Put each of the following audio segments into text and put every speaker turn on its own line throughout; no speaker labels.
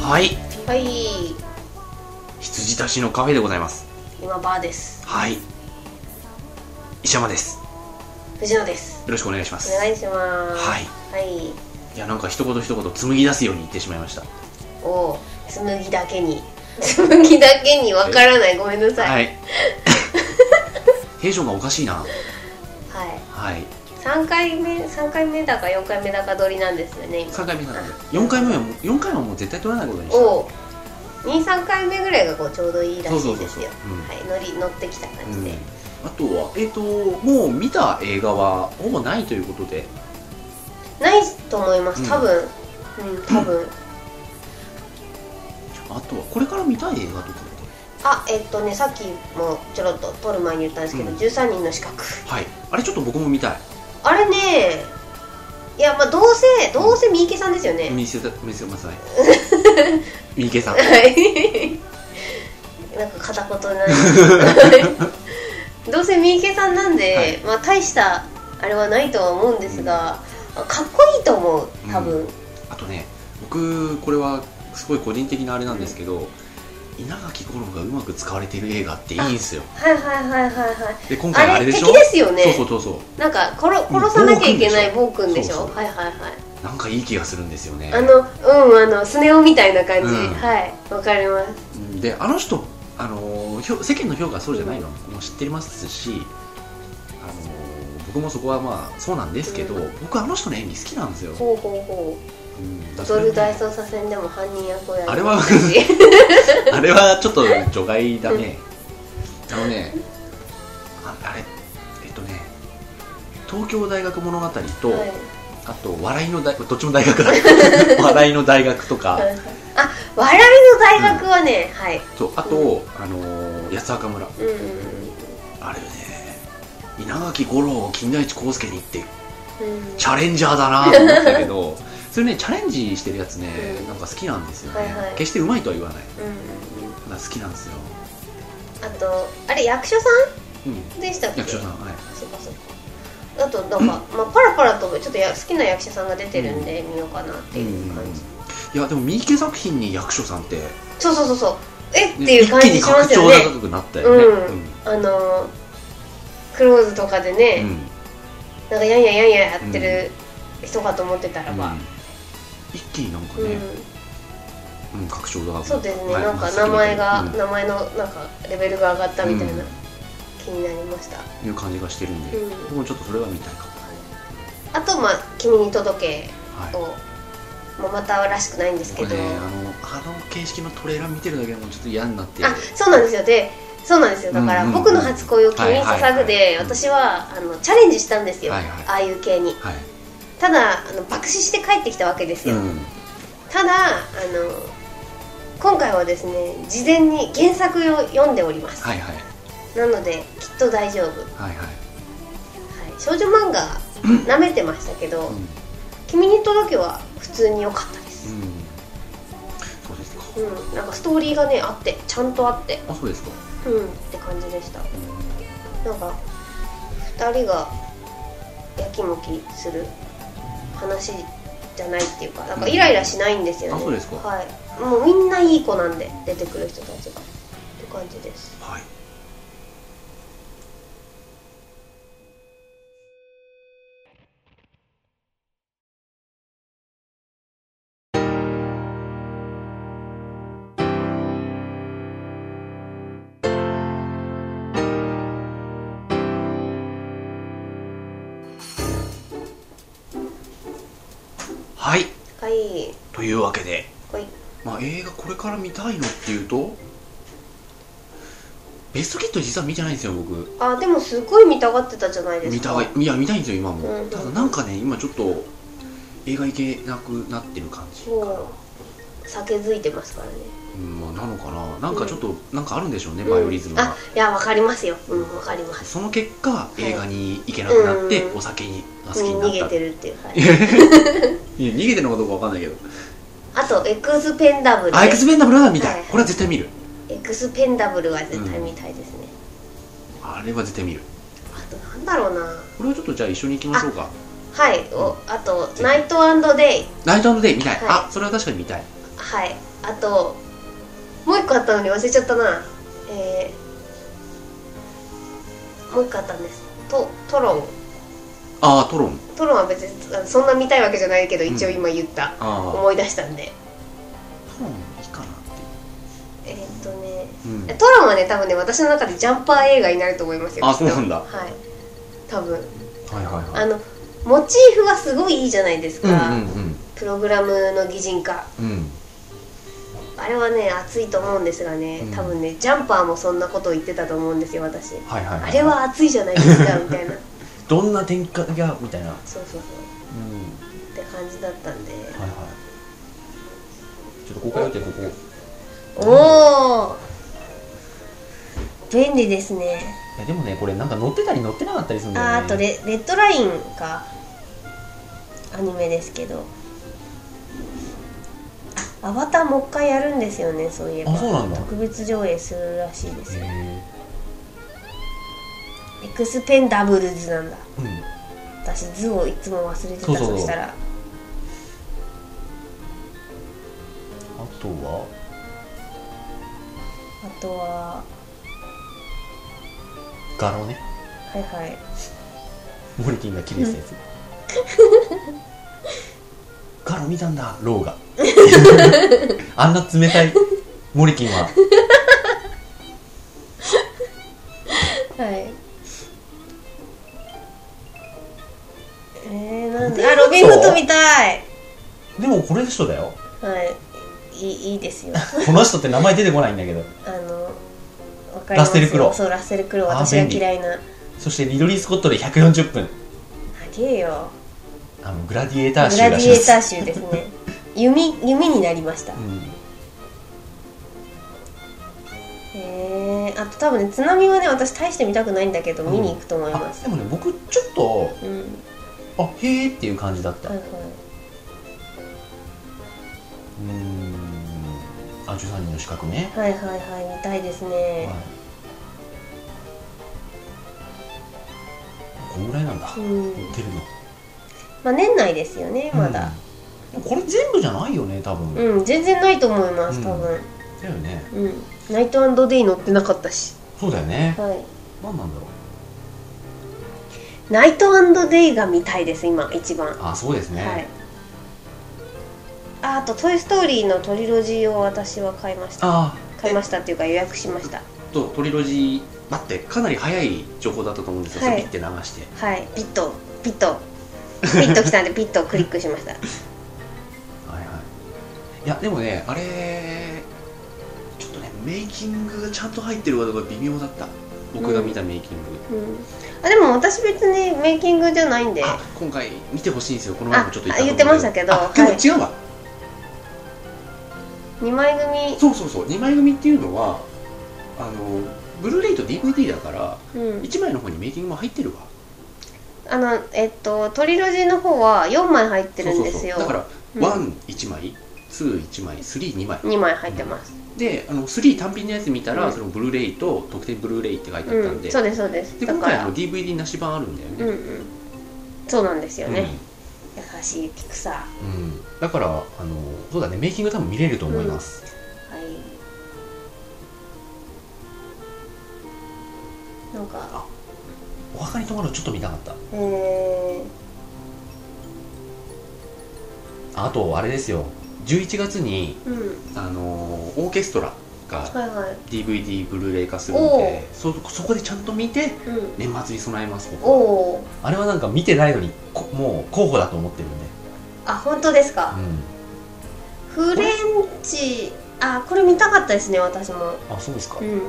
はい
はい
羊たちのカフェでございます
今バーです
はい石山ですよ
藤野です
ろしくお願いします
お願いします
はい
はい
いやなんか一言一言紡ぎ出すように言ってしまいました
お紡ぎだけに紡ぎだけにわからないごめんなさい
はい テンションがおかしいな
はい、
はい
三3回目三回目だか4回目だか撮りなんですよね今
3回目なんで4回目はもう4回目はもう絶対取らないことにした
お23回目ぐらいがこうちょうどいいらしいんですよ
そうそうそうそううん
はい乗り乗ってきた感じ
うん
で、
あとは、えっともう見た映画はほぼないということで
ないと思いま
うん
す多分うん、多分、
あとはこれから見たい映画とかって
あえっとねさっきもちょろっと撮る前に言ったんですけど、
うん
13人の資格
はいあれちょっと僕も見たい
あれねいやまあどうせどうせ三池さんですよね、
見せた見せ ますね三池さん
はい なんか片言などうせ三池さんなんで、
はい
まあ大したあれはないとは思うんですが、かっこいいと思う多分、
あとね僕これはすごい個人的なあれなんですけど、稲垣吾郎がうまく使われてる映画っていいんですよ
はいはいはいはいはい
で今回あ
あ
れ
れ
でしょ
敵ですよね
そうそうそうそ
なんか殺殺さなきゃいけない暴君でし
そう
ょ
そう
はいはいはいう
なんかいい気がするんですよね
あのうんあのスネ夫みたいな感じ、
うん
はいわかります
であの人あのひょ世間の評価はそうじゃないのも知ってますしあの僕もそこはまあそうなんですけど、
うん
僕あの人の演技好きなんですよ、
ほうほうほ
う
う
んだから
ドル大捜査線でも犯人役をやりましたし
あれはあれはちょっと除外だね。あのね、ああれ、えっとね、東京大学物語と、
はい
あと笑いの大、どっちも大学 だ。笑いの大学とか、
あ笑いの大学はね、はい、
とあと、あのー八つ墓村。
うんうん
あれね、稲垣吾郎、金田一耕助に行って、
うんうん、
チャレンジャーだなと思ったけ ど、それね、チャレンジしてるやつね、
うん
なんか好きなんですよね。
はいはい
決してうまいとは言わない。
うんうん
ただ好きなんですよ。
あとあれ役所さ
うん。
んでしたっけ
役所さん、はい。
そうかそうかあとなんか、まあ、パラパラとちょっとや好きな役者さんが出てるんで見ようかなっていう感じ、
いやでも三池作品に役所さんって、ね
そうそうそうそうえっていう感じしま
一
す
気
よ
に格調
ね
高くなったよね、
うんあのークローズとかでね、
うん
なんかやんやんやんやんやってる人かと思ってたらば、
うん一気になんか
うん
ね、うん拡張高くなった
そうですね
はい
なん
ま
か
あ
名前
好き
が、
みたい
名前のなんかレベルが上がったみたいな、
うん
気になりました
うんいう感じがしてるんで、
うん
僕もちょっとそれは見たいかも、
あとまあ「君に届け
はい」
を、まあ、またらしくないんですけ
僕
ど、
ねあのあの形式のトレーラー見てるだけでもちょっと嫌になって
あそうなんですよでそうなんですよだから、
うんうん
僕の初恋を君に捧ぐで、
はいはいはい
私はあのチャレンジしたんですよ、
はいはい
ああいう系に
はい、
ただあの爆死して帰ってきたわけです
う
よ、
ん、
ただあの今回はですね事前に原作を読んでおります、
はいはい
なのできっと大丈夫、はい、
はいはい、
少女 漫画舐めてましたけど「
うんうん、
君に届け」は普通に良かったです、
そうですか、
うん、なんかストーリーがねあってちゃんとあって
あそうですか、
うんって感じでした
うん
なんか2人がやきもきする話じゃないっていうかなんかイライラしないんですよね、
あそうですか
はいもうみんないい子なんで出てくる人たちがって感じです
はいはい
はい
というわけで
これ
まあ、映画これから見たいのっていうとベストキット実は見てないんですよ僕
あでもすごい見たがってたじゃないです
見た
か
がいや見たいんですよ今も、
うんうん
ただなんかね今ちょっと映画行けなくなってる感じ、
もう酒づいてますからね
うんまあ、なのかななんかちょっと、なんかあるんでしょうね
うん
バイオリズムが
あ、いやわかりますようんわかります
その結果
い
映画に行けなくなって、
うん
お酒にが好きにな
逃
っ
げ
た
てるっていうはい
いやいや逃げてるのかどうかわかんないけど
あとエクスペンダブルね
あエクスペンダブルは見たい、
はい
これは絶対見る
エクスペンダブルは絶対見たいですね、
あれは絶対見る
あとなんだろうな
これはちょっとじゃあ一緒に行きましょうか
はい、おあと「ナイトデイ
ナイトデイ見たい、
はい
あそれは確かに見たい」
はいあともう一個あったのに忘れちゃったなえー、もう一個あったんですとトロン
ああトロン
トロンは別にあのそんな見たいわけじゃないけど一応今言った、
ああ
思い出したんで
トロンいいかなって
えーっとね
いう、うん、
トロンはね多分ね私の中でジャンパー映画になると思いますよ
あ
きっと
そうなんだ
はい多分
はいはいは
あ
い
のモチーフがすごいいいじゃないです
うん
か、
うん
プログラムの擬人化
うんうん
あれはね熱いと思うんですがね、
うん
多分ねジャンパーもそんなことを言ってたと思うんですよ私
はいはい、はい、
あれは熱いじゃないですかみた いな
どんな展開がみたいな
そうそうそ
う
う
ん
って感じだったんで、
はいはいちょっとここ見てここ
おお便利ですね
いやでもねこれなんか乗ってたり乗ってなかったりするんだよね
あーあとレレッドラインかアニメですけどあアバターもう一回やるんですよねそういえば
あそうなんだ
特別上映するらしいですよ
へ
エクスペンダブルズなんだ
ーうん
私図をいつも忘れてた
そ
そう
そうそう
したら
あとは
あとは
ガロね
はいはい
モリティンが綺麗したやつ、ガロ見たんだロ ーがあんな冷たいモリキンは
はいえー、なんであロビンフット見たい
でもこれ人だよ
はいいいいいで すよ
この人って名前出てこないんだけど
あのわかります
ラッ
よ
セルクロウ
そうラッセルクロウ
あー
私が
便利
嫌いなあ
そしてリドリー・スコットで140分
げえよ
あのグラディエー
グ
ター
ラ
集
デ
が
ィエーター集です ね弓弓になりました、
うん
へえあと多分ね津波はね私大して見たくないんだけど見に行くと思いま
あ
す
でもね僕ちょっと
うん、
あへーっていう感じだった
は
う
いはい
ーんあ13人の資格ね、
はいはいはい見たいですね、
はいこんぐらいなんだ
うん
売ってるの
まあ年内ですよねまだ
うんこれ全部じゃないよね多分、
うん、全然ないと思います
うん
多分
だよね
うん、ナイトデイ乗ってなかったし
そうだよね
はい
何なんだろう
ナイトデイが見たいです今一番
あそうですね、
はい。ああと「トイ・ストーリー」のトリロジーを私は買いました
あ
買いましたっていうか予約しました
ーとトリロジー待ってかなり早い情報だったと思うんですよ、
はい
それピッて流して
はいピッとピッとピッと来た んでピッとクリックしました
はいはいいやでもねあれちょっとねメイキングがちゃんと入ってるかどうか微妙だった僕が見たメイキング、
うんあでも私別にメイキングじゃないんで
あ今回見てほしいんですよこの前もちょっと
あ
と思うんだ
あ言ってましたけど
あ
はい
でも違うわ、
2枚組
そうそうそう2枚組っていうのはあのブルーレイと DVD だから
うん、
1枚の方にメイキングも入ってるわ
あのえっとトリロジーの方は4枚入って
そ
る
うんそう
ですよ
そうだから、
うん
ワン1枚21枚32枚
2枚入ってます、
であの3単品のやつ見たら、
うん
そのブルーレイと特典ブルーレイって書いてあった
うん
で,、
ん、そうですそうです
で
だ
今
か
回
ら
あの DVD なし版あるんだよね、
うんうんそうなんですよ
うん
ね、優しいピクサー
うんだからあのそうだねメイキング多分見れると思います、
はい。なんか、
お墓に泊まるのちょっと見たかった
えー、
ああとあれですよ11月に
うん、
あのオーケストラが
はいはい、
DVD ブルーレイ化するん
お
で
う
そそこでちゃんと見て
うん。
年末に備えます僕
お
は
お、
あれはなんか見てないのにこもう候補だと思ってるんで、
あ、本当ですか。
う
フレンチ、あ、これ見たかったですね、私も。
ん、あそうですか、
うん、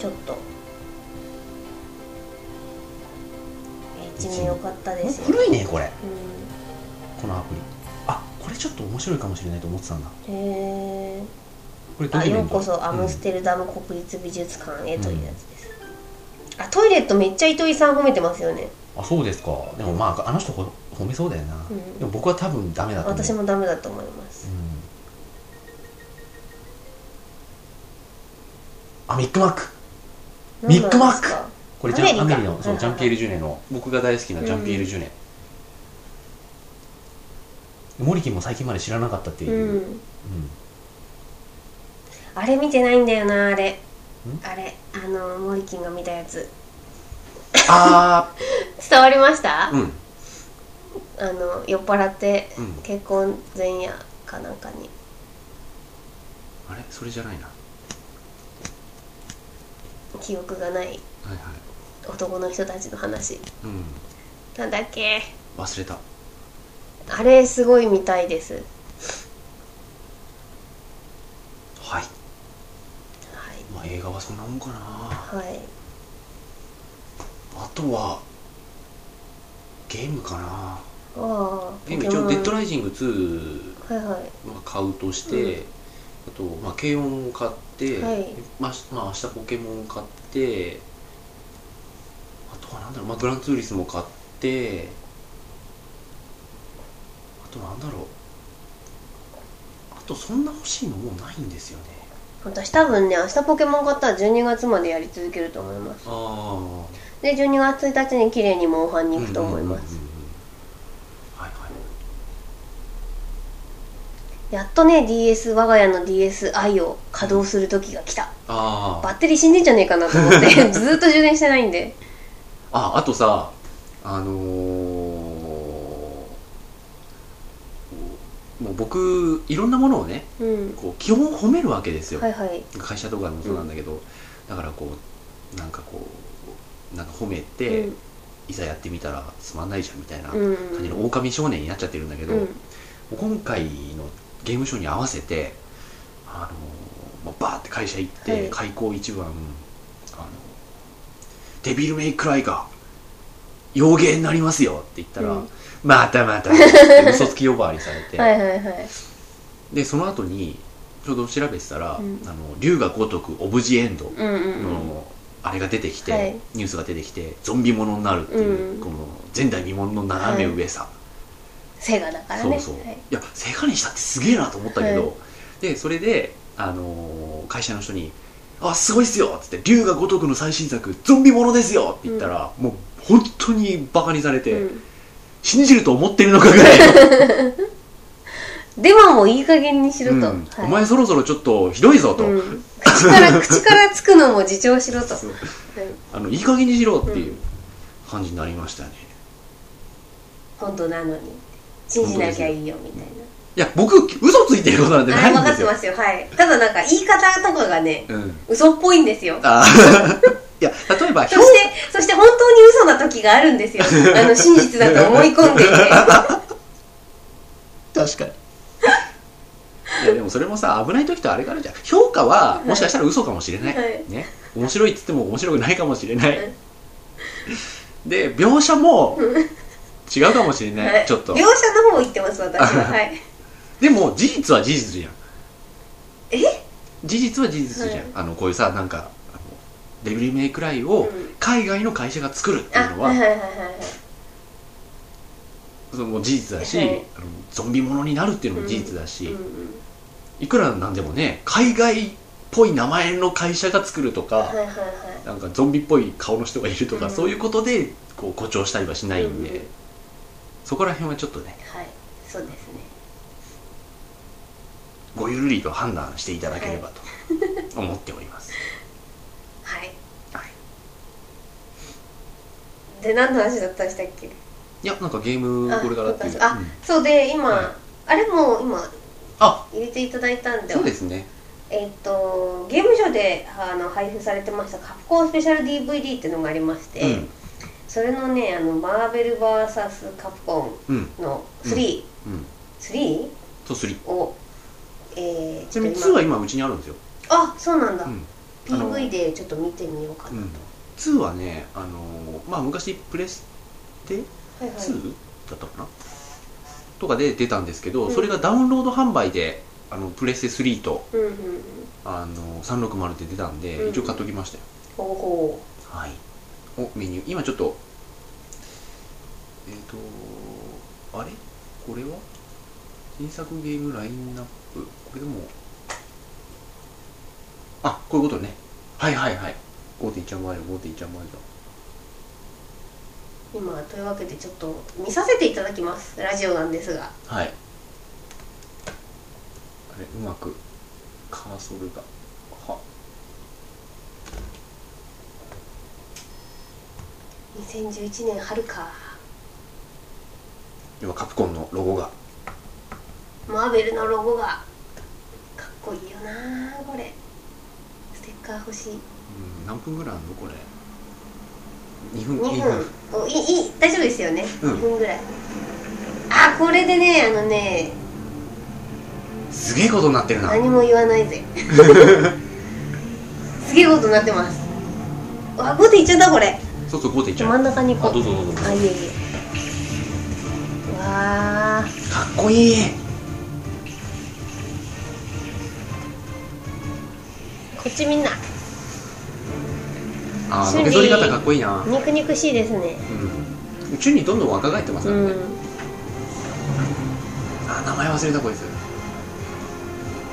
ちょっと。一面良かったですよ。
古いねこれ
う
このアプリあこれちょっと面白いかもしれないと思ってたんだ
ん、へえ。
これド
あ、
キュメ
よ
ン
う
ト
こそアムス
うん
テルダム国立美術館へというやつです。あ、トイレットめっちゃ糸井さん褒めてますよね。
あそうですかでもまああの人ほ褒めそうだよな、
うん
でも僕は多分ダメだと思う
私もダメだと思います
う、んあミックマックミックマック
何なんですか
これジャン
ア
ア
メ
メ
リ
リ
カ
のそ
は
う
い
ジャンピエール・ジュネの僕が大好きなジャンピエール・ジュネ、モリキンも最近まで知らなかったっていう、
うん
うん
あれ見てないんだよなあれあれあのモリキンが見たやつ
あ
伝わりました
ー、うん。
あの酔っ払って
うん
結婚前夜かなんかに
あれそれじゃないな。は
記憶がない
いはい。
男の人たちの話
うん。
なんだっけ
忘れた。
あれすごい見たいです
はい。
は
まあ映画はそんなもんかな。
いはい
あとは、ゲームかな。
ああ
ゲーム一応、デッドライジング2
はいはい
まあ、買うとして、あと、まあ、軽音を買って、
はい
まあ、しまあ明日ポケモンを買ってあとはなんだろう、まあ、グランツーリスも買ってあとなんだろうあとそんな欲しいのもうないんですよね
私多分ね明日ポケモン買ったら12月までやり続けると思います
ああ
で12月1日に綺麗にモンハンに行くと思いま
はい
す、
はい
やっとね DS 我が家の DSi を稼働する時が来た
あー
バッテリー死んでんじゃねえかなと思って ずーっと充電してないんで
ああとさあのーもう僕いろんなものをね
うん
こう基本褒めるわけですよ、
はいはい
会社とかでもそうなんだけど、だからこうなんかこうなんか褒めて、
うん
いざやってみたらつまんないじゃんみたいな感
うん
じの狼少年になっちゃってるんだけど、
う
も
ん
う今回のゲームショーに合わせてあのもうバーって会社行って、
はい
開口一番あの「デビル・メイ・クライが妖芸になりますよ」って言ったら「
うん
またまた」って嘘つき呼ばわりされて。
はいはいはい
でその後にちょうど調べてたら、
うん
あの竜が如くオブジエンド
うんうん
の、あれが出てきて、
はい
ニュースが出てきてゾンビものになるっていう、
うん
この前代未聞の斜め上さ、
セガだから
そう
ね
そう、
はい
い、やセガにしたってすげえなと思ったけど、
はい
でそれで、あのー会社の人に「あすごいっすよ」っつって「竜が如くの最新作ゾンビものですよ」って言ったら、もう本当にバカにされて、
うん
信じると思ってるのかぐらいの
ではもういい加減にしろと、
うん
はい
お前そろそろちょっとひどいぞと、
うん口から口からつくのも自重しろと、
そう
はい
あのいい加減にしろっていう感じになりましたね、
本当なのに信じなきゃいいよみたいない
や僕嘘ついてることなんてな
あ
い
分
んで
かっ
す
て
よ
ますよはいただなんか言い方とかがね
うん
嘘っぽいんですよ
あー いや例えば
そしてそして本当に嘘な時があるんで すよあの真実だと思い込んでいて
確かに いやでもそれもさ危ない時とあれがあるじゃん評価はもしかしたら嘘かもしれない、
はい
ね面白いって言っても面白くないかもしれない、
はい
で描写も違うかもしれない、
はい
ちょっと
描写の方行ってます私 ははい
でも事実は事実じゃん
え
事実は事実じゃん、
はい
あのこういうさなんかあのデビルメイクライを
うん
海外の会社が作るって
あ
いうのは、
はいはいはいはい
そのもう事実だし、
はい
あのゾンビものになるっていうのも事実だし、
うんうん
いくらなんでもね海外っぽい名前の会社が作るとか、
はいはいは
なんかゾンビっぽい顔の人がいるとか、
うん
そういうことでこう誇張したりはしないんで、
うんうん
そこら辺はちょっとね
いはいそうですね
ごゆるりと判断していただければと思っております、
はい
はい、
で何の話だったんでしたっけ
いやなんかゲーム
あ
これからっていう
あ
うん
そうで今、
はい
あれも今
あ
入れていただいたんで
そうですね
えっとゲームショーであの配布されてましたカプコンスペシャル DVD っていうのがありまして、
うん
それのねあのマーベル VS カプコ
うん
ンの3、
うん
3
と3
を、えー、
ちなみに
ち
2
ょっと
は今うちにあるんですよ、
あそうなんだ、
うんあの
PV でちょっと見てみようかなと、
うん、2はねあのーまあ昔プレステ
はいはい、
2だったかなとかで出たんですけど、
うん
それがダウンロード販売であのプレステ3と
うんうんうん
あの360で出たんで、
うん
一応買っときましたよ
ほうほ
はいおメニュー今ちょっとえっ、とあれこれは新作ゲームラインナップこれでもあこういうことねはいはいはい5.1マイル5.1マイルだ
う今というわけでちょっと見させていただきますラジオなんですが
はいあれうまくカーソルがは
2011年春か
今カプコンのロゴが
マーベルのロゴがかっこいいよなこれステッカー欲しい
うん何分ぐらいあるのこれ2分
2
,2
分
分
おいいいい大丈夫ですよね、
うん
2分ぐらいあこれでねあのね
すげえことになってるな
何も言わな いぜすげえことになってますあ5でいっちゃったこれ
そうそう5でいっちゃ
真
うん
中にこ
あどうぞどうぞどうぞ
あいえいえわあ
かっこいい
こっちみんな
あー
趣
の
味
けぞり方かっこいいな
肉肉しいですね
うん宇宙にどんどん若返ってます
う
からね、
ん
あ名前忘れたこいつ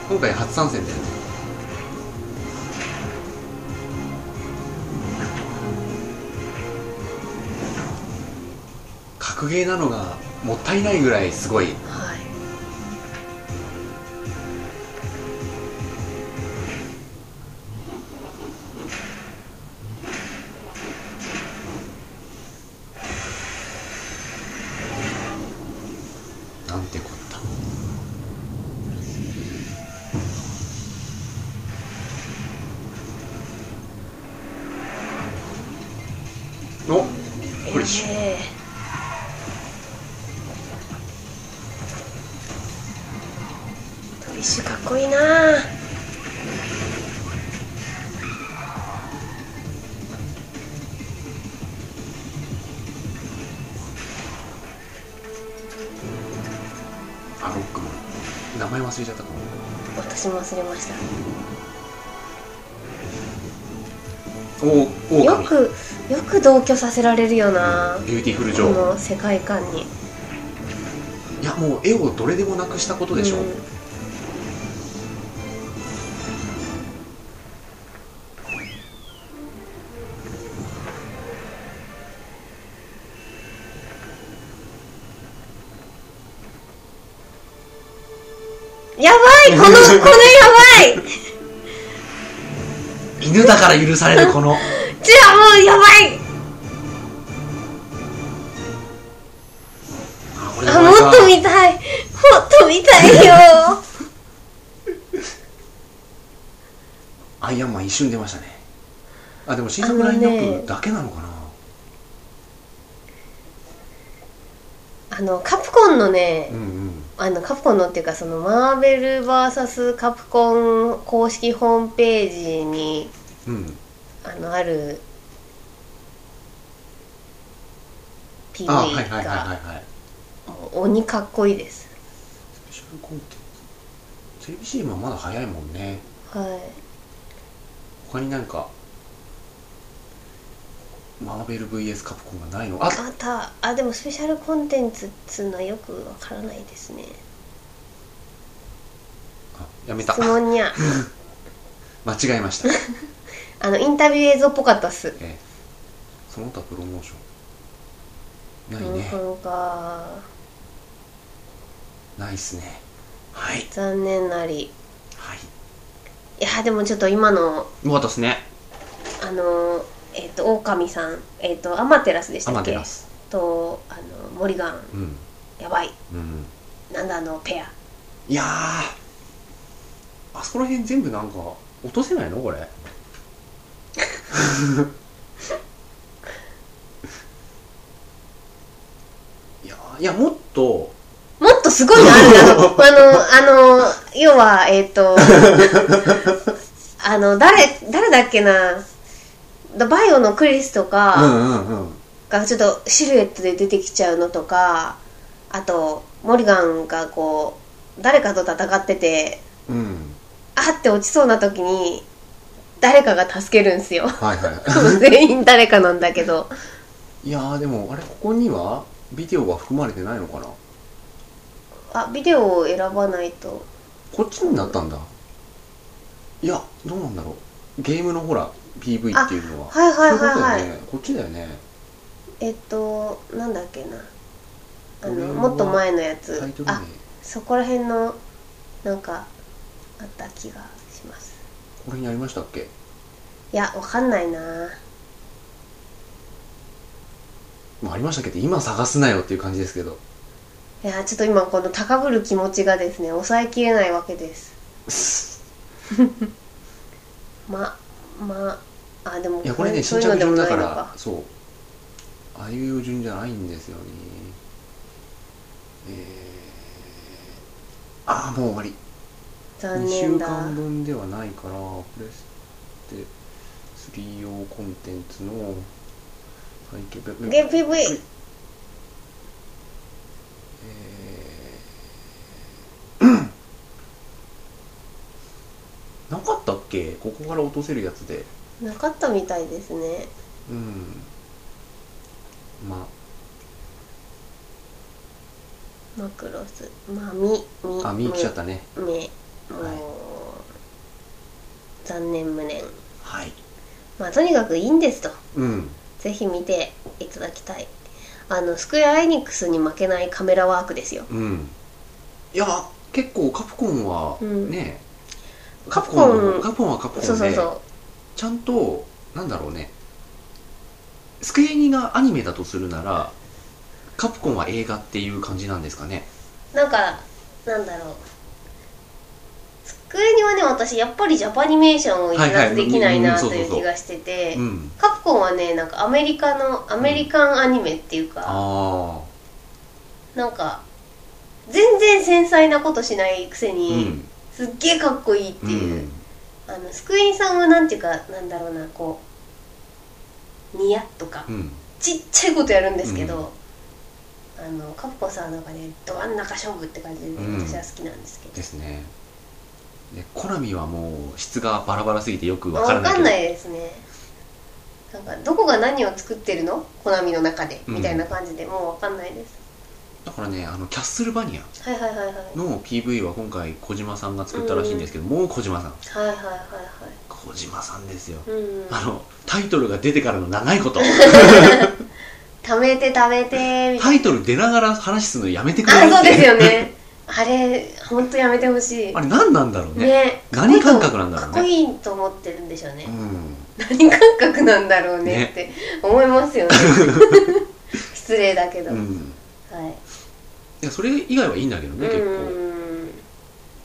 今回初参戦だよね格ゲーなのがもったいないぐらいすごい
はい
なんてこったおこれ一緒
えートリッシュかっこいいなあ
あロックマン名前忘れちゃったかも
私も忘れまし
おお
た
オ
よ
カミ
くよく同居させられるよな
ビューティフルジ
こ
ョー
の世界観に
いやもう絵をどれでもなくしたことでしょ、
うんや ばいこのこのやばい
犬だから許されるこの
じゃあもうやばい
あこれ
あもっと見たいもっと見たいよ
アイアンマン一瞬出ましたねあでも新作ラインナップだけなのかな
あのカプコンのね
うんうん
あのカプコンのっていうかそのマーベル VS カプコン公式ホームページに
うん
あのある
あはいはい
PV
はいはい
が
はい
もう鬼かっこいいです
スペシャルコンテンツテレビ CM はまだ早いもんね
は
他になんかマーベル VS カプコンがないのあ
いあたあでもスペシャルコンテンツっつうのはよくわからないですね
あやめた
質 問にゃ
間違えました、
あのインタビュー映像っぽかったっす
ええその他プロモーションないね
なかなか
ないっすねはい
残念なり
はい
いやでもちょっと今
よ
の
かったっすね
あのえっ、と狼さんえっ、とアマテラスでし
ア
た
マ
っ
テ
け
ラス
とあのモリガン
うん
やばい
うん
なんだあのペア
いやーあそこら辺全部なんか落とせないのこれ いやーいやもっと
もっとすごいのあ るなあのあの要はえっ、とあの誰誰だっけなバイオのクリスと
う
か
んうんうん
がちょっとシルエットで出てきちゃうのとかあとモリガンがこう誰かと戦ってて
うん
あって落ちそうな時に誰かが助けるんす よ
はいは
全員誰かなんだけど
いいやーでもあれここにはビデオは含まれてないのかな
あビデオを選ばないと
こっちになったんだいやどうなんだろうゲームのほら PV っていうのは
はいはいはい
そううこ
は
とだ
い
よねこっちだよね
えっとなんだっけなあ
俺は
のもっと前のやつ
タイトル名
あそこら辺のなんかあった気がします
俺にありましたっけ
いやわかんないな
まあありましたっけど今探すなよっていう感じですけど
いやちょっと今この高ぶる気持ちがですね抑えきれないわけですままあでも
いやこれね
そ
新
うい
着
うのでも
順だ
な
か
いの
ら
か
そうああいう順じゃないんですよねえー、ああもう終わり
残
2
念
週
だ
間分ではないからプレステ3用コンテンツの背景ペペ
ゲー PV
えーなかったっけここから落とせるやつで
なかったみたいですね
うんま
マクロスまあみみ
ああ見に来ちゃったね
ねもう、
はい
残念無念
はい
まあとにかくいいんですと
うん
ぜひ見ていただきたいあのスクエア・エニックスに負けないカメラワークですよ
うんいや結構カプコンは
うん
ね、
カプコン
カプコンはカプコンで
そうそうそう
ちゃんとなんだろうねスクエニがアニメだとするならカプコンは映画っていう感じなんですかね
なんかなんだろう机にはね私やっぱりジャパニメーションを一
はいは
括
い
できないな
うんうん
と
そうそう
い
そう
う気がしてて
うん
カプコンはねなんかアメリカのアメリカンアニメっていうか、
あ
なんか全然繊細なことしないくせ
あう
に、
ん
すっげえかっこいいって
う
いう、
ん
あのスクエニさんはなんていうかなんだろうなこうニヤッとか
うん
ちっちゃいことやるんですけど、あのカプコンさんはなんかねど真ん中勝負って感じで、ね
うん
私は好きなんですけど
ですねでコナミはもう質がバラバラすぎてよくわ
わ
からないけど
ですねなんかどこが何を作ってるのコナミの中でみたいな感じで、もうわかんないです
だからねあのキャッスルバニア
はいはいはいはいはい
の PV は今回小島さんが作ったらしいんですけど、もう小島さん
はいはいは
小島さんですよ、
いはいうん
あのタイトルが出てからの長いこと
貯めて貯めてみた
タ
い
イトル出ながら話すのやめてくれる
なあ
っ
そう
て
ですよねあれほんとやめてほしい
あれ何なんだろうね
ね
何感覚なんだろうね
かっこいいと思ってるんでしょうね、
う
何感覚なんだろうねって思いま すよね失礼だけど、
ん、うん、
はい
いやそれ以外はいいんだけどね結構
うん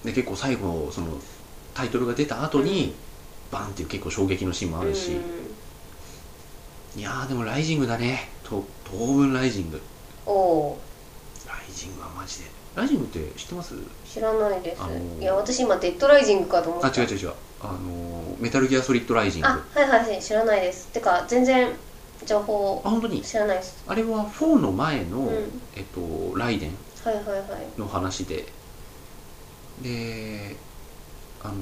で結構最後そのタイトルが出た後にバンっていう結構衝撃のシーンもあるし
うん
いやーでも「ライジング」だねと当分「ライジング」
おお
「ライジング」はマジで「ライジング」って知ってます
知らないです、
あのー
いや私今デッドライジングかと思った
あ違う違う違うあのーメタルギアソリッドライジング
あ
あ
はいはいはい知らないですてか全然情報
本当に
知らないです
あれは4の前の、
うん
えっとライデン
はいはいはい
の話でであのー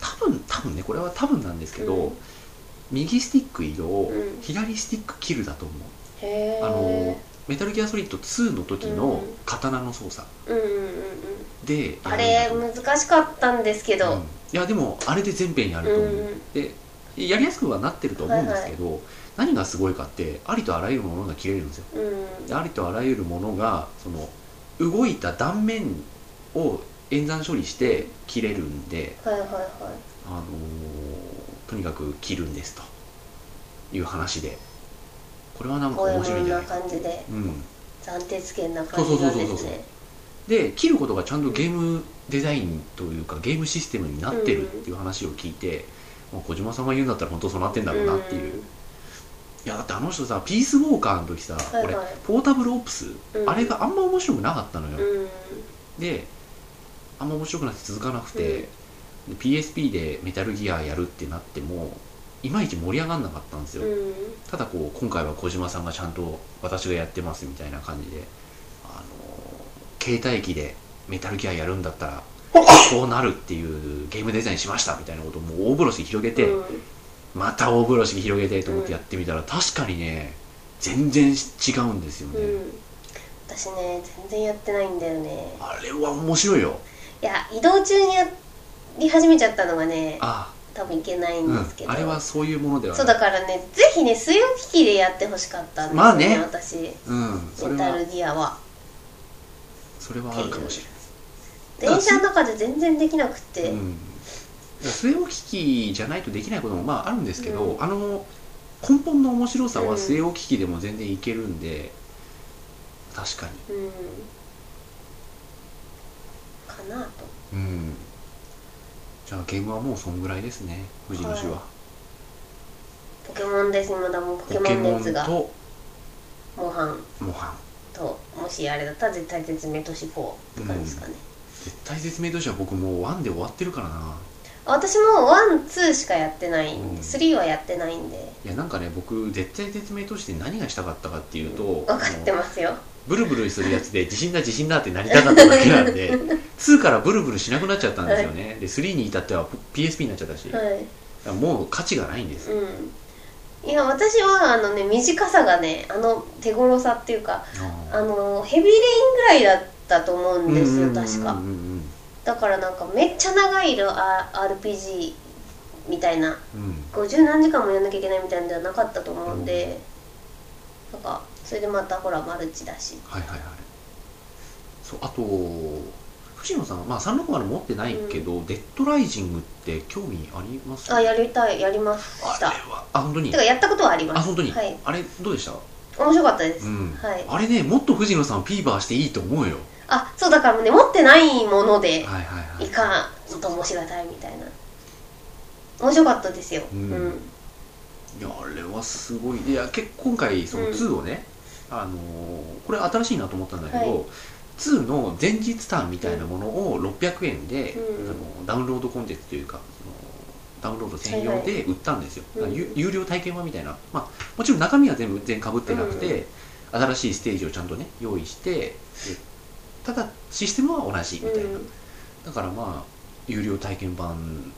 多分多分ねこれは多分なんですけど、
うん
右スティック移動、
うん
左スティックキルだと思う
へえ
あのメタルギアソリッド2の時の刀の操作
うんうんうんうん
で
あ
や
れ
るんだ
難しかったんですけ
と思う
ど
うんいやでもあれで全編やると思う、
うん
でやりやすくはなってると思うんですけど、何がすごいかってありとあらゆるものが切れるんですよ
うん、
でありとあらゆるものがその動いた断面を演算処理して切れるんで、
はいはいは
あ
い
のーとにかく切るんですという話でこれはなんか
ゴエ
面白
モ
いん
ン
じゃ
な
ないか
感じで
うん
暫定つけんな感じなんですね
で切ることがちゃんとゲームデザインというかゲームシステムになってるっていう話を聞いて、まあ小島さんが言うんだったら本当そうなってんだろうなっていう、いやだってあの人さピースウォーカーの時さ、
はいはい
俺ポータブルオプス、
うん
あれがあんま面白くなかったのよ、
うん
であんま面白くなくて続かなくて、で PSP でメタルギアやるってなってもいまいち盛り上がんなかったんですよ、
うん
ただこう今回は小島さんがちゃんと私がやってますみたいな感じで、あのー携帯機でメタルギアやるんだ ったらこうなるっていうゲームデザインしましたみたいなことをもう大風呂敷広げて、
うん
また大風呂敷広げてと思ってやってみたら確かにね全然違うんですよね、
うん私ね全然やってないんだよね
あれは面白いよ
いや移動中にやり始めちゃったのがね
あ、
多分いけない
うんん
ですけど、
あれはそういうものでは
そう
ない
だからねぜひね水曜日でやってほしかったんですよね,、
まあね
私
うんそれ
メタ
は
ルギアは
それはあるかもし
電車の中で全然できなく
れ
て、
ない、うん、据え置き機じゃないとできないこともまああるんですけど、あの根本の面白さは据え置き機でも全然いけるんで、確かに
うんかなと
うんじゃあゲームはもうそんぐらいですね藤野氏は、
ポケモンですまだもうポケ
ポ
モ
ケ
ン
モ
のや
ン
つが
と
模範
模範
ともしあれだったら絶対絶命都市4って感じですかね、
絶対絶命としては僕もう1で終わってるからな
私もワンツーしかやってないん
うん
で3はやってないんで
いやなんかね僕絶対絶命として何がしたかったかっていうと、
分かってますよ
ブルブルするやつで地震だ地震だってなりたかっただけなんで 2からブルブルしなくなっちゃったんですよね、で3に至っては PSP になっちゃったし、
はい
もう価値がないんです、
うんいや私はあのね短さがねあの手頃さっていうか
あ
あのヘビーレインぐらいだったと思うんですよ確
う
か
んうん
だからなんかめっちゃ長いのあ RPG みたいな
うんうん
50何時間もやんなきゃいけないみたいなんじゃなかったと思うんで、なんかそれでまたほらマルチだし
はいはいはいそうあと藤野さんはまあ360持ってないけど、デッドライジングって興味あります
あやりたいやりまし
あれ
た
はあ本当に
てかやったことはあります
あ本当に、
はい
あれどうでした
面白かったです、
うん
はい
あれねもっと藤野さんピーバーしていいと思うよ
あそうだからね持ってないもので
はいはいはい
いかんと面白いたいみたいな面白かったですよ
う
うんん、
いやあれはすごいいや結今回その
うん
2をね、あのーこれ新しいなと思ったんだけど、
はい
2の前日単みたいなものを600円で、
うん
あのダウンロードコンテンツというかそのダウンロード専用で売ったんですよ、
はいはい
あのゆ
うん
有料体験版みたいな、まあ、もちろん中身は全部全然かぶってなくて、新しいステージをちゃんとね用意してでただシステムは同じみたいな、
うん
だからまあ有料体験版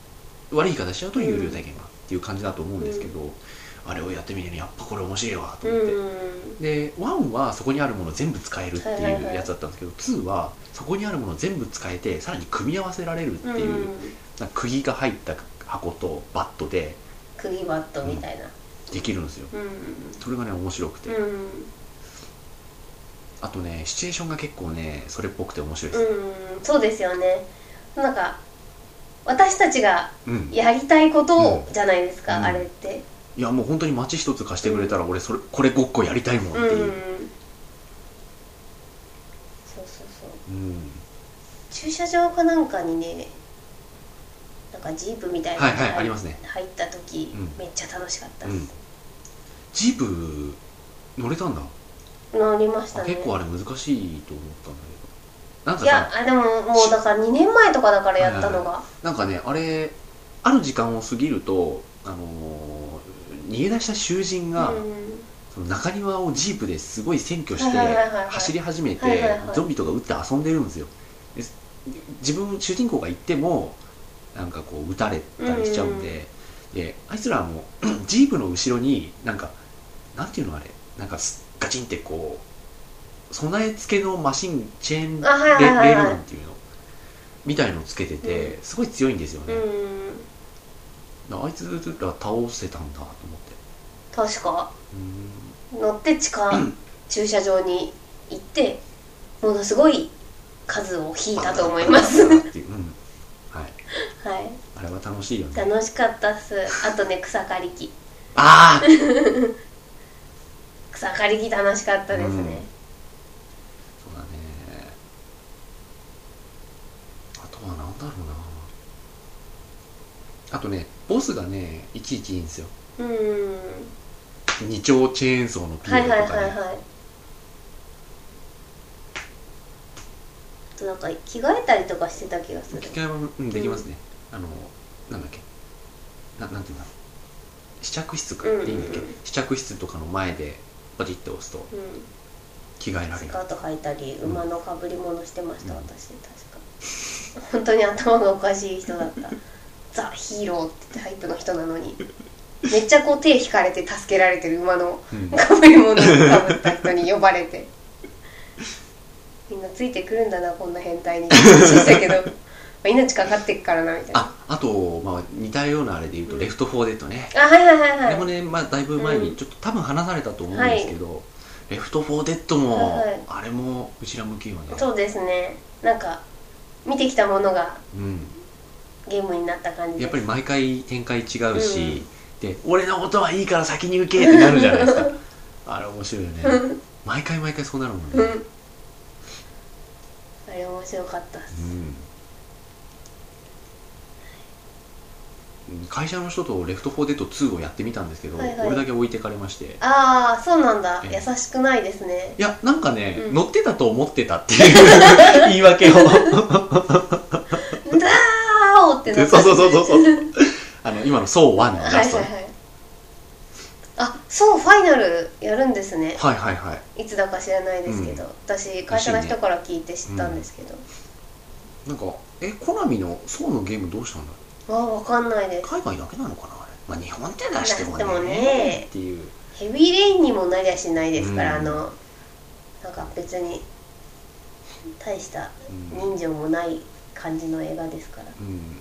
悪い言い方しちゃうと有料体験版っていう感じだと思うんですけど、あれをやってみてねやっぱこれ面白いわと思って、
うん
で1はそこにあるもの全部使えるって
はいはい
い
は
う
い
やつだったんですけど、2はそこにあるもの全部使えてさらに組み合わせられるっていう、なんか釘が入った箱とバットで
釘バットみたいな
できるんですよ
うん
それがね面白くて、
うん
あとねシチュエーションが結構ねそれっぽくて面白いで
う
す、
ん、そうですよねなんか私たちが
うん、
やりたいことをじゃないですか、
うん
あれって
いやもう本当に街一つ貸してくれたら俺それこれごっこやりたいもんっ
う
て
ん
いう、
そうそうそう
うん
駐車場かなんかにねなんかジープみたいな
は
の
い
が
はい、あり
入
ますね。
入った時、
うん
めっちゃ楽しかった
う
で
ん
す、。
ジープ乗れたんだ。あ
乗りましたね
結構あれ難しいと思ったんだけど。なんか
いや
さ、
あでももうだから2年前とかだからやったのが
なんかね、あれ、ある時間を過ぎると、あのー逃げ出した囚人が、
うん
その中庭をジープですごい占拠して
はいはいはいはい
走り始め
はい
て
はいはい
ゾンビとか撃って遊んでるんですよで自分主人公が行ってもなんかこう撃たれたりしちゃうんで,、であいつらはもう ジープの後ろになんかなんていうのあれなんかすガチンってこう備え付けのマシンチェーンレ
あはいはいはいはい
レールガンっていうのみたいのをつけててすごい強いんですよ
う
ね、
ん
だからあいつら倒せたんだと思って
確か
うん
乗って地下駐車場に行ってものすごい数を引いたと思い ます
うんはい、
はい
あれは楽しいよね。
楽しかったっすあとね草刈り機
ああ、
草刈り機楽しかったですね、
そうだね。あとはなんだろうな。あとね、ボスがね、いちいちいいんですよ。
うん
二丁チェーンソーのピ
は
エロ
いはい
と
はい
か
はい
ね。
あとなんか着替えたりとかしてた気がする
機械もうんできますね。あの、なんだっけ。ななんていうんだろう。試着室か、
うんうんうん
いいんだっけ。試着室とかの前で、パチッと押すと
うん
着替えられ
ス
る
カ。ート履いたり
ん
馬のかぶり物してました、
うん
私確か本当に頭がおかしい人だったザ・ヒーローってタイプの人なのにめっちゃこう手引かれて助けられてる馬の
うん
かぶり物をかぶった人に呼ばれてみんなついてくるんだなこんな変態にって感じでしたけど、まあ、命かかってっからなみたいな
あ、あと、まあ、似たようなあれで言うと、
うん
レフト4デッドね。
あはいはいはいは
で
い
もね、まあ、だいぶ前
う
に
ん
ちょっと多分話されたと思うんですけど、レフト・フォー・デッドも、
はいはい
あれもうちら向きよね
そうですねなんか見てきたものが
うん
ゲームになった感じ
やっぱ
り
り毎回展開違うし、
うん
で俺のことはいいから先に受けってなるじゃない ですかあれ面白いよね
うん
毎回毎回そうなるもんね、
うんあれ面白かったっす
うん会社の人と「レフト・フォー・デッド2」をやってみたんですけど、
はいはい
俺だけ置いてかれまして
ああそうなんだ
ええ
優しくないですね
いやなんかね、
うん
乗ってたと思ってたっていう 言い訳を
ダーオってな
そう
った
そうそうそう あの今の「そう1」の
はい
ラ
はい
スト、
はいあそうファイナルやるんですね
はいはいはい
いつだか知らないですけど、私会社の人から聞いて知ったんですけど、
なんかえコナミの「そう」のゲームどうしたんだ
ああわかんないです
海外だけなのかなあれ、まあ、日本って出してもね
出してもね
っていう
ヘビーレインにもなりゃしないですから、
うん
あのなんか別に大した
うん
人情もない感じの映画ですから
うん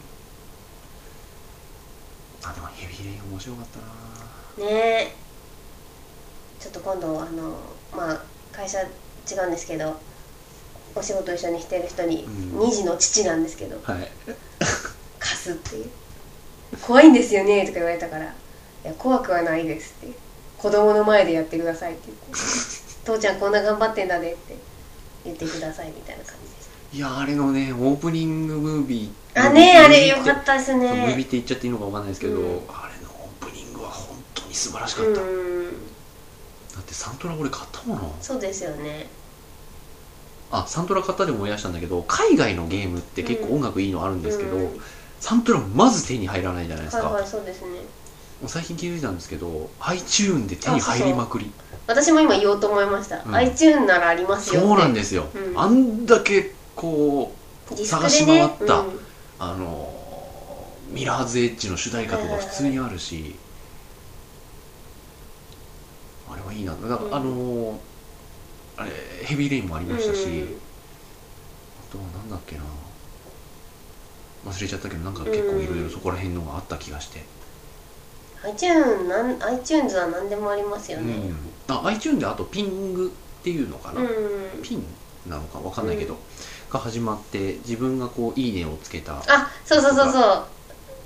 あでもヘビーレイン面白かったな
ねえちょっと今度あのまあ会社違うんですけどお仕事一緒にしてる人に
うん
2児の父なんですけど
はい
貸すっていう「怖いんですよね」とか言われたから「いや怖くはないです」って「子供の前でやってください」って言って「父ちゃんこんな頑張ってんだね」って言ってくださいみたいな感じでし
いやあれのねオープニングムービー
たあねえあれ
ム
よ
ービ
か
ーて
ったです
そうムービー
ね
って言っちゃっていいのかわかんないですけど、
うん
あれのオープニングは本当に素晴らしか
う
った、だ
ん
ってサントラ俺買ったもの
そうですよね
あサントラ買ったでも思い出したんだけど海外のゲームって結構音楽いいのあるんですけど、
うん
サントラまず手に入らないじゃないです
はい
か、
はいそうですね
もう最近気づいたんですけど iTune で手に入りまくり
私も今言おうと思いました、
うん
iTune ならありますよって
そうなんですよ、
うん
あんだけこう
ディスク
探し
でね
回った、
うん
あのーミラーズエッジの主題歌とか普通にあるし、あれはいいななんか、
うん
あのーあれヘビーレインもありましたし、
うん
あとはなんだっけな忘れちゃったけどなんか結構いろいろそこら辺のがあった気がして、
iTune なん iTunes は何でもありますよ
うん
ね
あ iTune であとピングっていうのか
う
な、
ん、
ピンなのかわかんないけど、が始まって自分がこう「いいね」をつけた
あそうそうそうそう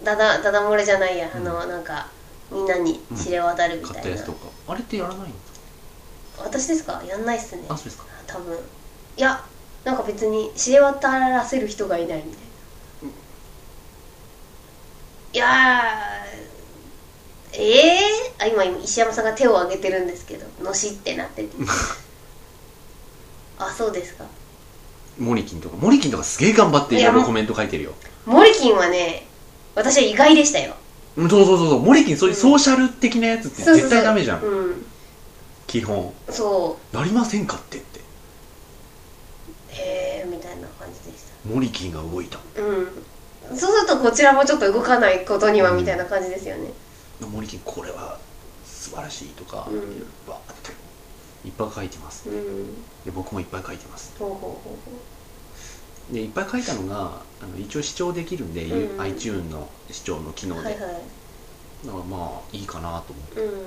だだだだ漏れじゃないや、
うん
あのなんかみんなに知れ渡るみ
買
た
った
い
や
な、
つとかあれってやらないんですか
私ですかやんないっすね
あそうですか
多分いやなんか別に知れ渡らせる人がいないみたいな、いやーえー、あ今石山さんが手を挙げてるんですけど「のし」ってなっ ててあそうですか
モリキンとかモリキンとかすげえ頑張ってい
いや
ろいろコメント書いてるよ
モリキンはね私は意外でしたよ
うんそうそうそうそうモリキンそういう
うん
ソーシャル的なやつって
そうそうそ
絶
う
対ダメじゃん、
うん
基本
そう
なりませんかってって
へえみたいな感じでし
モリキンが動いた
たうんそうするとこちらもちょっと動かないことにはみたいな感じですよね
モリキンこれは素晴らしいとか、
うん
わーっていっぱい書いてます
うん、
で僕もいっぱい書いてます
ほうほうほ
でいっぱい書いたのがあの一応視聴できるんで、
うん
iTune の視聴の機
うほ
能
う
で、
はいは
だからまあいいかなと思って
いうん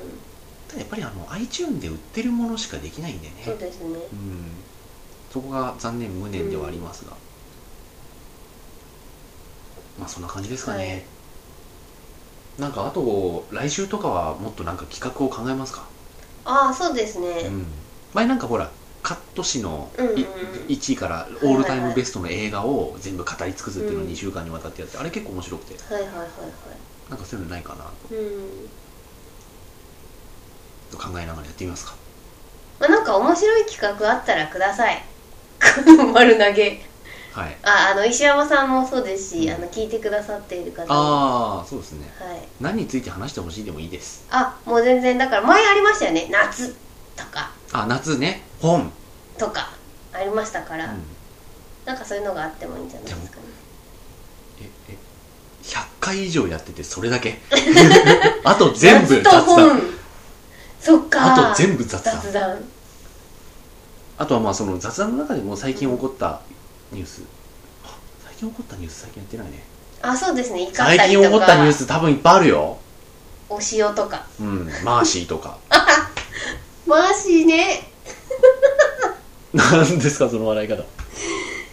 ただやっぱりあの iTune で売ってるものしかできないんでね
そうですね
うんそこが残念無念ではありますが、まあそんな感じですかね、なんかあと来週とかはもっとなんか企画を考えますか、
ああそうです
う
ね
ん、前なんかほらカット誌のい、
うんうんうん
1位からオールタイムベストの映画を全部語り尽くすっていうのを2週間にわたってやって、あれ結構面白くて
はいはいはいは
なんかそういうのないかな
いう
と
ん
と考えながらやってみますか
まあなんか面白い企画あったらください この丸投げ
はい
ああの石山さんもそうですし、
うん
あの聞いてくださっている方も
ああそうですね
はい
何について話してほしいでもいいです
あもう全然だから前ありましたよね夏とか
あ夏ね本、
とかありましたか
う
ら、
ん
なんかそういうのがあってもいいんじゃないですかね。
ええ100回以上やっててそれだけ あと全部
夏
雑
と
談
本そっか。
あと全部雑談
雑談。
あとはまあその雑談の中でも最近起こったニュース、あ最近起こったニュース最近やってないね
あ、そうですね。怒った
最
りとか。
近起こったニュース多分いっぱいあるよ
お塩とか。
うんマーシーとか
マーシーね。
何ですかその笑い方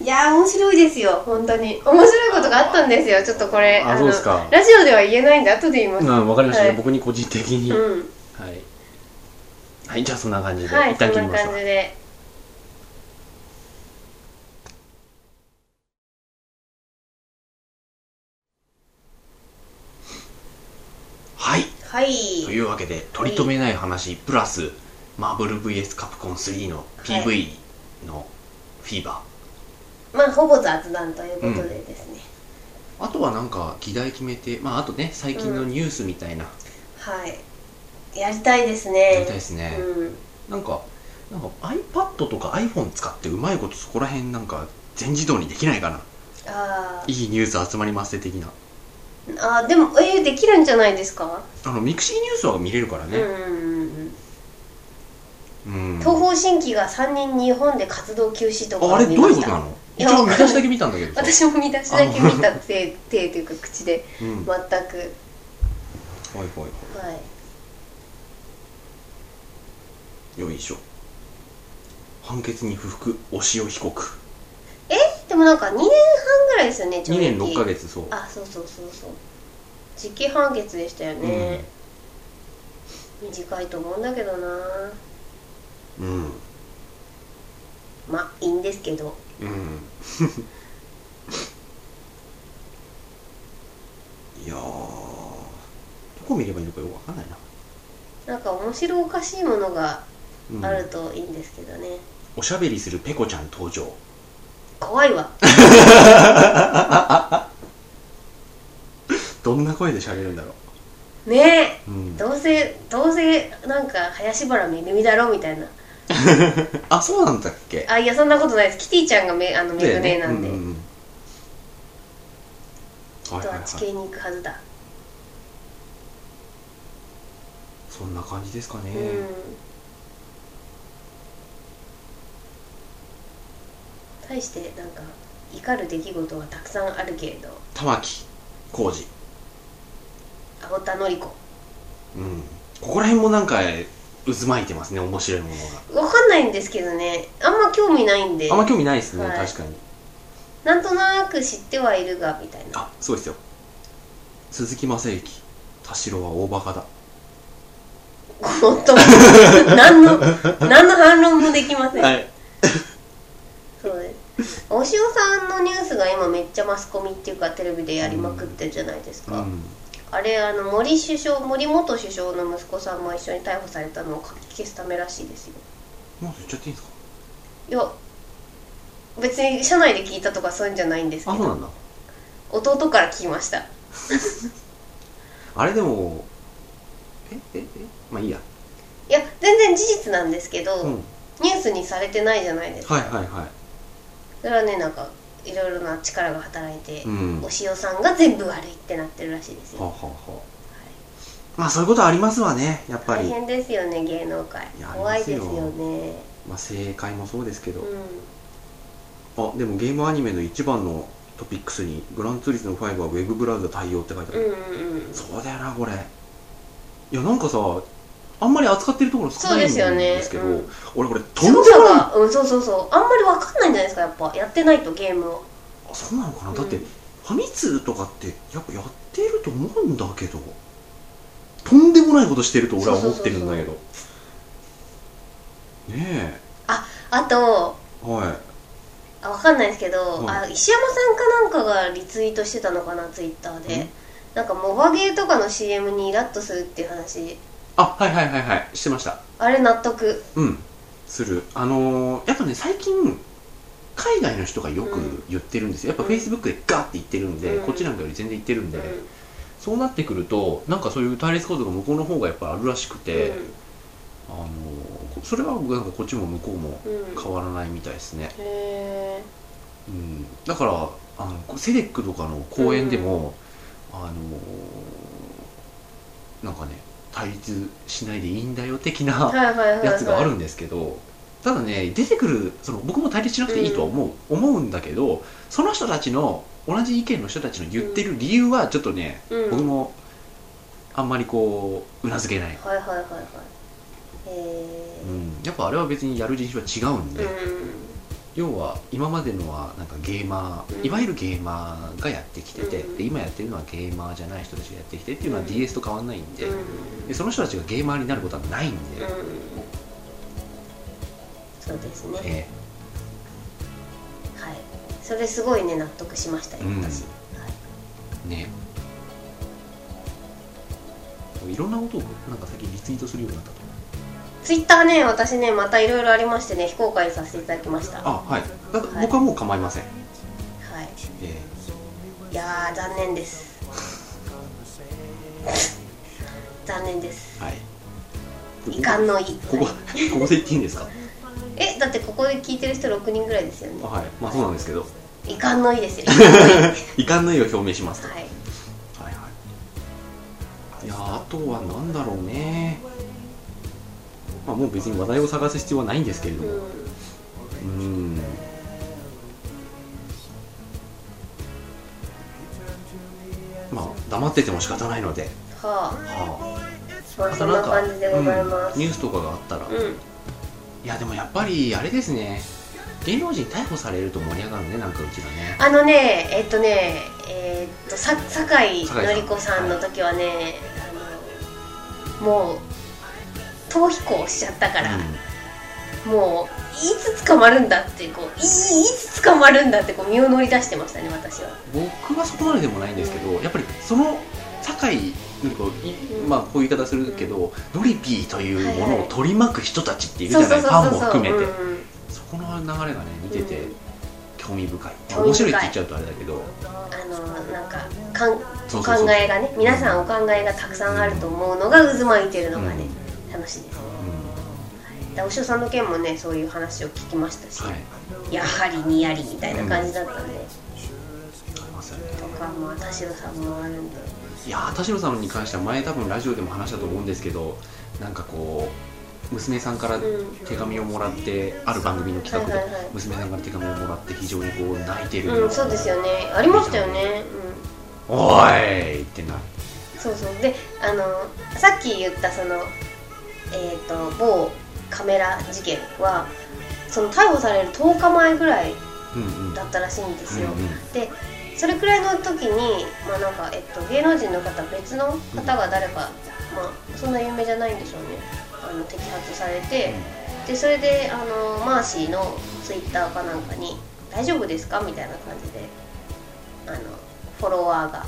いやー面白いですよ本当に面白いことがあったんですよちょっとこれ
あそうですか
ラジオでは言えないんで後で言います、
うん、わかりました、じゃあ
はい
僕に個人的に、はい、
うん
はい、じゃあそんな感じで、
はい
一
そ
旦
ん
切り
な
ますわ
感じで
はい
はい
というわけで取り留めない話プラスマーブル VS カプコン3の PV のフィーバー、
まあほぼ雑談ということでですね、
あとはなんか議題決めてまああとね最近のニュースみたいな、
はいやりたいです
や
ね
りたいですね、
うん
なんかなんか iPad とか iPhone 使ってうまいことそこら辺なんか全自動にできないかな
あー
いいニュース集まりますね的な
あーでもえー、できるんじゃないですか、
あのミクシーニュースは見れるから
うんう
ね
んうんうん
うん
東方神起が3人日本で活動休止とか
ああれ
見
どう
ま
いう
し
こ
た
となの
い
一
や
応見出しだけ見たんだけどさ、
私も見出しだけ見た手手というか口で
うん、はい
全く
は
は
いはいよいしょ判決に不服押尾被告
いでもなんか2年半ぐらいですよね懲役
2年6ヶ月そう
あそうそうそうそう実刑判決でしたよね、短いと思うんだけどな
うん うん
まあいいんですけど
うんいやーどこ見ればいいのかよくわかんないな、
なんか面白おかしいものが
うん
あるといいんですけどね、
おしゃべりするペコちゃん登場
怖いわ
どんな声で喋るんだろ
ね
う、うん
え、どうせどうせなんか林原めぐみだろみたいな
あそうなんだっけ
あいやそんなことないですキティちゃんがめあのめぐねなんで、
うんうんうん
あ
はい
と
はいは
は
い
地形に行くはずだ、
そんな感じですかね、
うん対してなんか怒る出来事はたくさんあるけれど
玉木浩二
青田典子
うんここら辺もなんか渦巻いてますね面白いもの
わかんないんですけどねあんま興味ないんで
があんま興味ないですね、
はい
確かに
なんとなく知ってはいるがみたいな
あそうですよ鈴木雅之田代は大バカだ
ご もっとも何の何の反論もできません、
い
そうですお塩さんのニュースが今めっちゃマスコミっていうかテレビでやりまくってるじゃないです
う
か、
ん
あれあの森首相森元首相の息子さんも一緒に逮捕されたのを書き消すためらしいですよ
もう言っちゃっていいんですか
いや別に社内で聞いたとかそういうんじゃないんです
あ
け
そうな
ど
んだ
弟から聞きました
あれでもえええまあいいや
いや全然事実なんですけど、
うん
ニュースにされてないじゃないですか、
はいはいは
それはねなんかいろいろな力が働いて、
いうん
お
は
塩さんが全部悪いってなってるらしいです
あ、
よ、
はあはあ、まあそういうことありますわねやっぱ
大
り、
変ですよね芸能界
いや
怖いですよ
あり
ね
まあ、正解もそうですけど、
う
あでもゲームアニメの一番のトピックスに「グランツーリスの5はウェブブラウザ対応」って書いてあ
ん
る、
うんうんうん
そうだよなこれいやなんかさあんまり扱ってるところ少ないん
そう
で
ですす
け
よ
ど、
ねうん
俺これと
調
んで
査
もない
が、うん、そうそうそうあんまりわかんないんじゃないですかやっぱやってないとゲームを
あそうなのかな、
うん
だってファミ通とかってやっぱやってると思うんだけどとんでもないことしてると俺は思ってるんだけどね
あと
えはい
あわかんないですけど、
はい
あ石山さんかなんかがリツイートしてたのかなツイッターで
ん
なんかモバゲーとかの CM にイラッとするっていう話
あはいはいはいはいしてました
あれ納得
うんするあのーやっぱね最近海外の人がよく
うん
言ってるんですよ、やっぱ
う
フ
ん
ェイスブックでガーって言ってるんで、
うん
こっちなんかより全然言ってるん
う
で、
ん、
そうなってくるとなんかそういう対立構造が向こうの方がやっぱあるらしくて、あのーそれはなんかこっちも向こうも
うんうん
変わらないみたいですね、
へ
うん、だからあのセレックとかの公演でも、あのーなんかね対立しないでいいんだよ的
ー
な
はいはいはいはい
やつがあるんですけど、ただね出てくるその僕も対立しなくていいとは思う、思うんだけどその人たちの同じ意見の人たちの言ってる理由はちょっとね、
うん
僕もあんまりこううなずけない、
はいはいはいはいへ
うん、やっぱあれは別にやる人種は違うん
え
で、
うん
要は今までのはなんかゲーマー、
うん
いわゆるゲーマーがやってきてて、
うん
で今やってるのはゲーマーじゃない人たちがやってきてっていうのは
うん
DS と変わんないんで,、
うん
でその人たちがゲーマーになることはないんで、
うんそうですね、
え
はいそれすごいね納得しましたよ
うん
私、はい
ーねいろんなことをなんか最近リツイートするようになったと
ツイッターね私ねまたいろいろありましてね非公開にさせていただきましたは
あはいだ
はい
僕はもう構いません、
い
え
いやー残念です 残念です
ーはい
遺憾の意
ここここで言っていいんですか
えだってここで聞いてる人6人ぐらいですよね
あはいまあそうなんですけど
遺憾の意ですよ遺憾
遺憾の
の意
意を表明しますと
はい
はいはいいやあとは何だろうねまあもう別に話題を探す必要はないんですけれど
う
もうんーんまあ黙ってても仕方ないので、
は
は
あ、ま
あ、
あ、そんな
か、
感じでございま
うん
す
ニュースとかがあったら、
うん、
いやでもやっぱりあれですね芸能人逮捕されると盛り上がるねなんかうちらね
あのねえっとねえーっとさ酒井
酒井さん
紀子さんの時はねあのもう逃避行しちゃったから、もういつ捕まるんだってこういいいつ捕まるんだってこう身を乗り出してましたね私は
うん、僕はそこまででもないんですけど、やっぱりその酒井のり子い
うん
まあこういう言い方するけど、ノリピーというものを取り巻く人たちっているじ
そう
ゃな
そ
い、
うそう
ファンも
そうそう
含めて、
うんうん
そこの流れがね見てて
うん
興味深い、
興味深い
面白いって言っちゃうとあれだけど
あのなんかかん
そうそ
お
うそう
考えがね皆さんお考えがたくさんあると思うのが渦巻いてるのがね、楽しいですね
うん
でお師匠さんの件もねそういう話を聞きましたし、
はい
やはりにやりみたいな感じだったん
あ
で、
りますよね
とかまあ田代さんもあるんで
いやー田代さんに関しては前多分ラジオでも話したと思うんですけどなんかこう娘さんから
うん
手紙をもらってある番組の企画で
はいはいはい
娘さんから手紙をもらって非常にこう泣いてる
うん、そうですよねありましたよねう
おーいってな、
んそうそうであのさっき言ったそのえっ、と某カメラ事件はその逮捕される10日前ぐらい
うんうん、
だったらしいんで
う
す
ん
よ、
うん
でそれくらいの時に、まあなんかえっと、芸能人の方別の方が誰か、まあ、そんな有名じゃないんでしょうねあの摘発されて、でそれであのマーシーのツイッターかなんかに「大丈夫ですか?」みたいな感じであのフォロワーが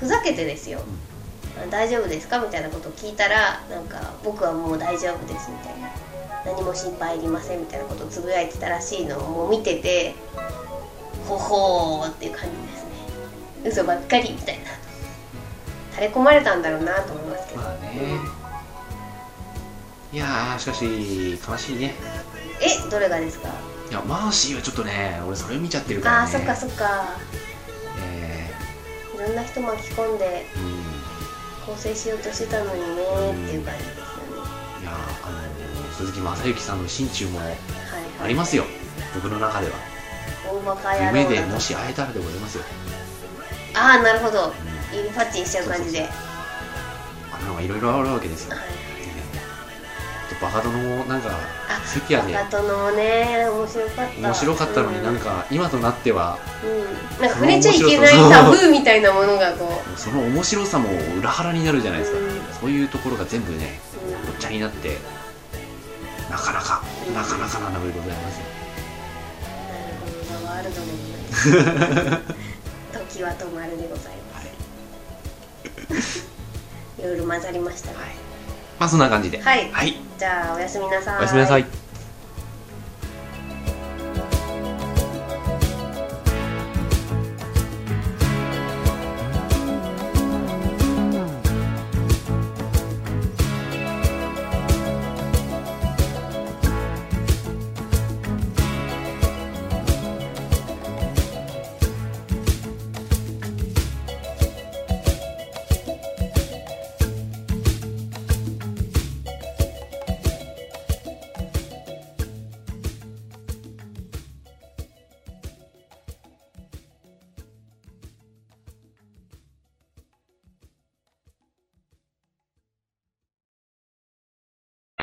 ふざけてですよ「大丈夫ですか?」みたいなことを聞いたらなんか「僕はもう大丈夫です」みたいな「何も心配いりません」みたいなことをつぶやいてたらしいのをもう見てて「ほほー」っていう感じですね嘘ばっかりみたいな垂れ込まれたんだろうなと思いますけど
まあねいやーしかし悲しいね
えどれがですか
いやマーシーはちょっとね俺それを見ちゃってるから、ね、
あーそっかそっか
え
いろんな人巻き込んで
ーうん
構成しようとしてたのにねっていう感じですよね
いやーあの鈴木雅之さんの心中も
はい
あ
は
り
い
ますよ僕の中では
大バカ野郎
夢で
だ
もし会えたらでございますよ、
ああなるほど
うん
指パッチンしちゃう感じではい
あんなのがいろいろあるわけですよ、えーバカ殿もなんか
あ
関谷で
バカ殿ね面白かった
面白かったのになん、か今となっては
うんうんなんか触れちゃいけないタブーみたいなものがこ
その面白さも裏腹になるじゃないですか、
うん
そういうところが全部ね
う、うん
ごっちゃになってなかなかなかなかなのでございますよ
なるほどワールドで ございます時は止まるでございま
はい、
すいろいろ混ざりましたが
はいまあそんな感じで
はい
はい、
じゃあおやすみなさい
おやすみなさい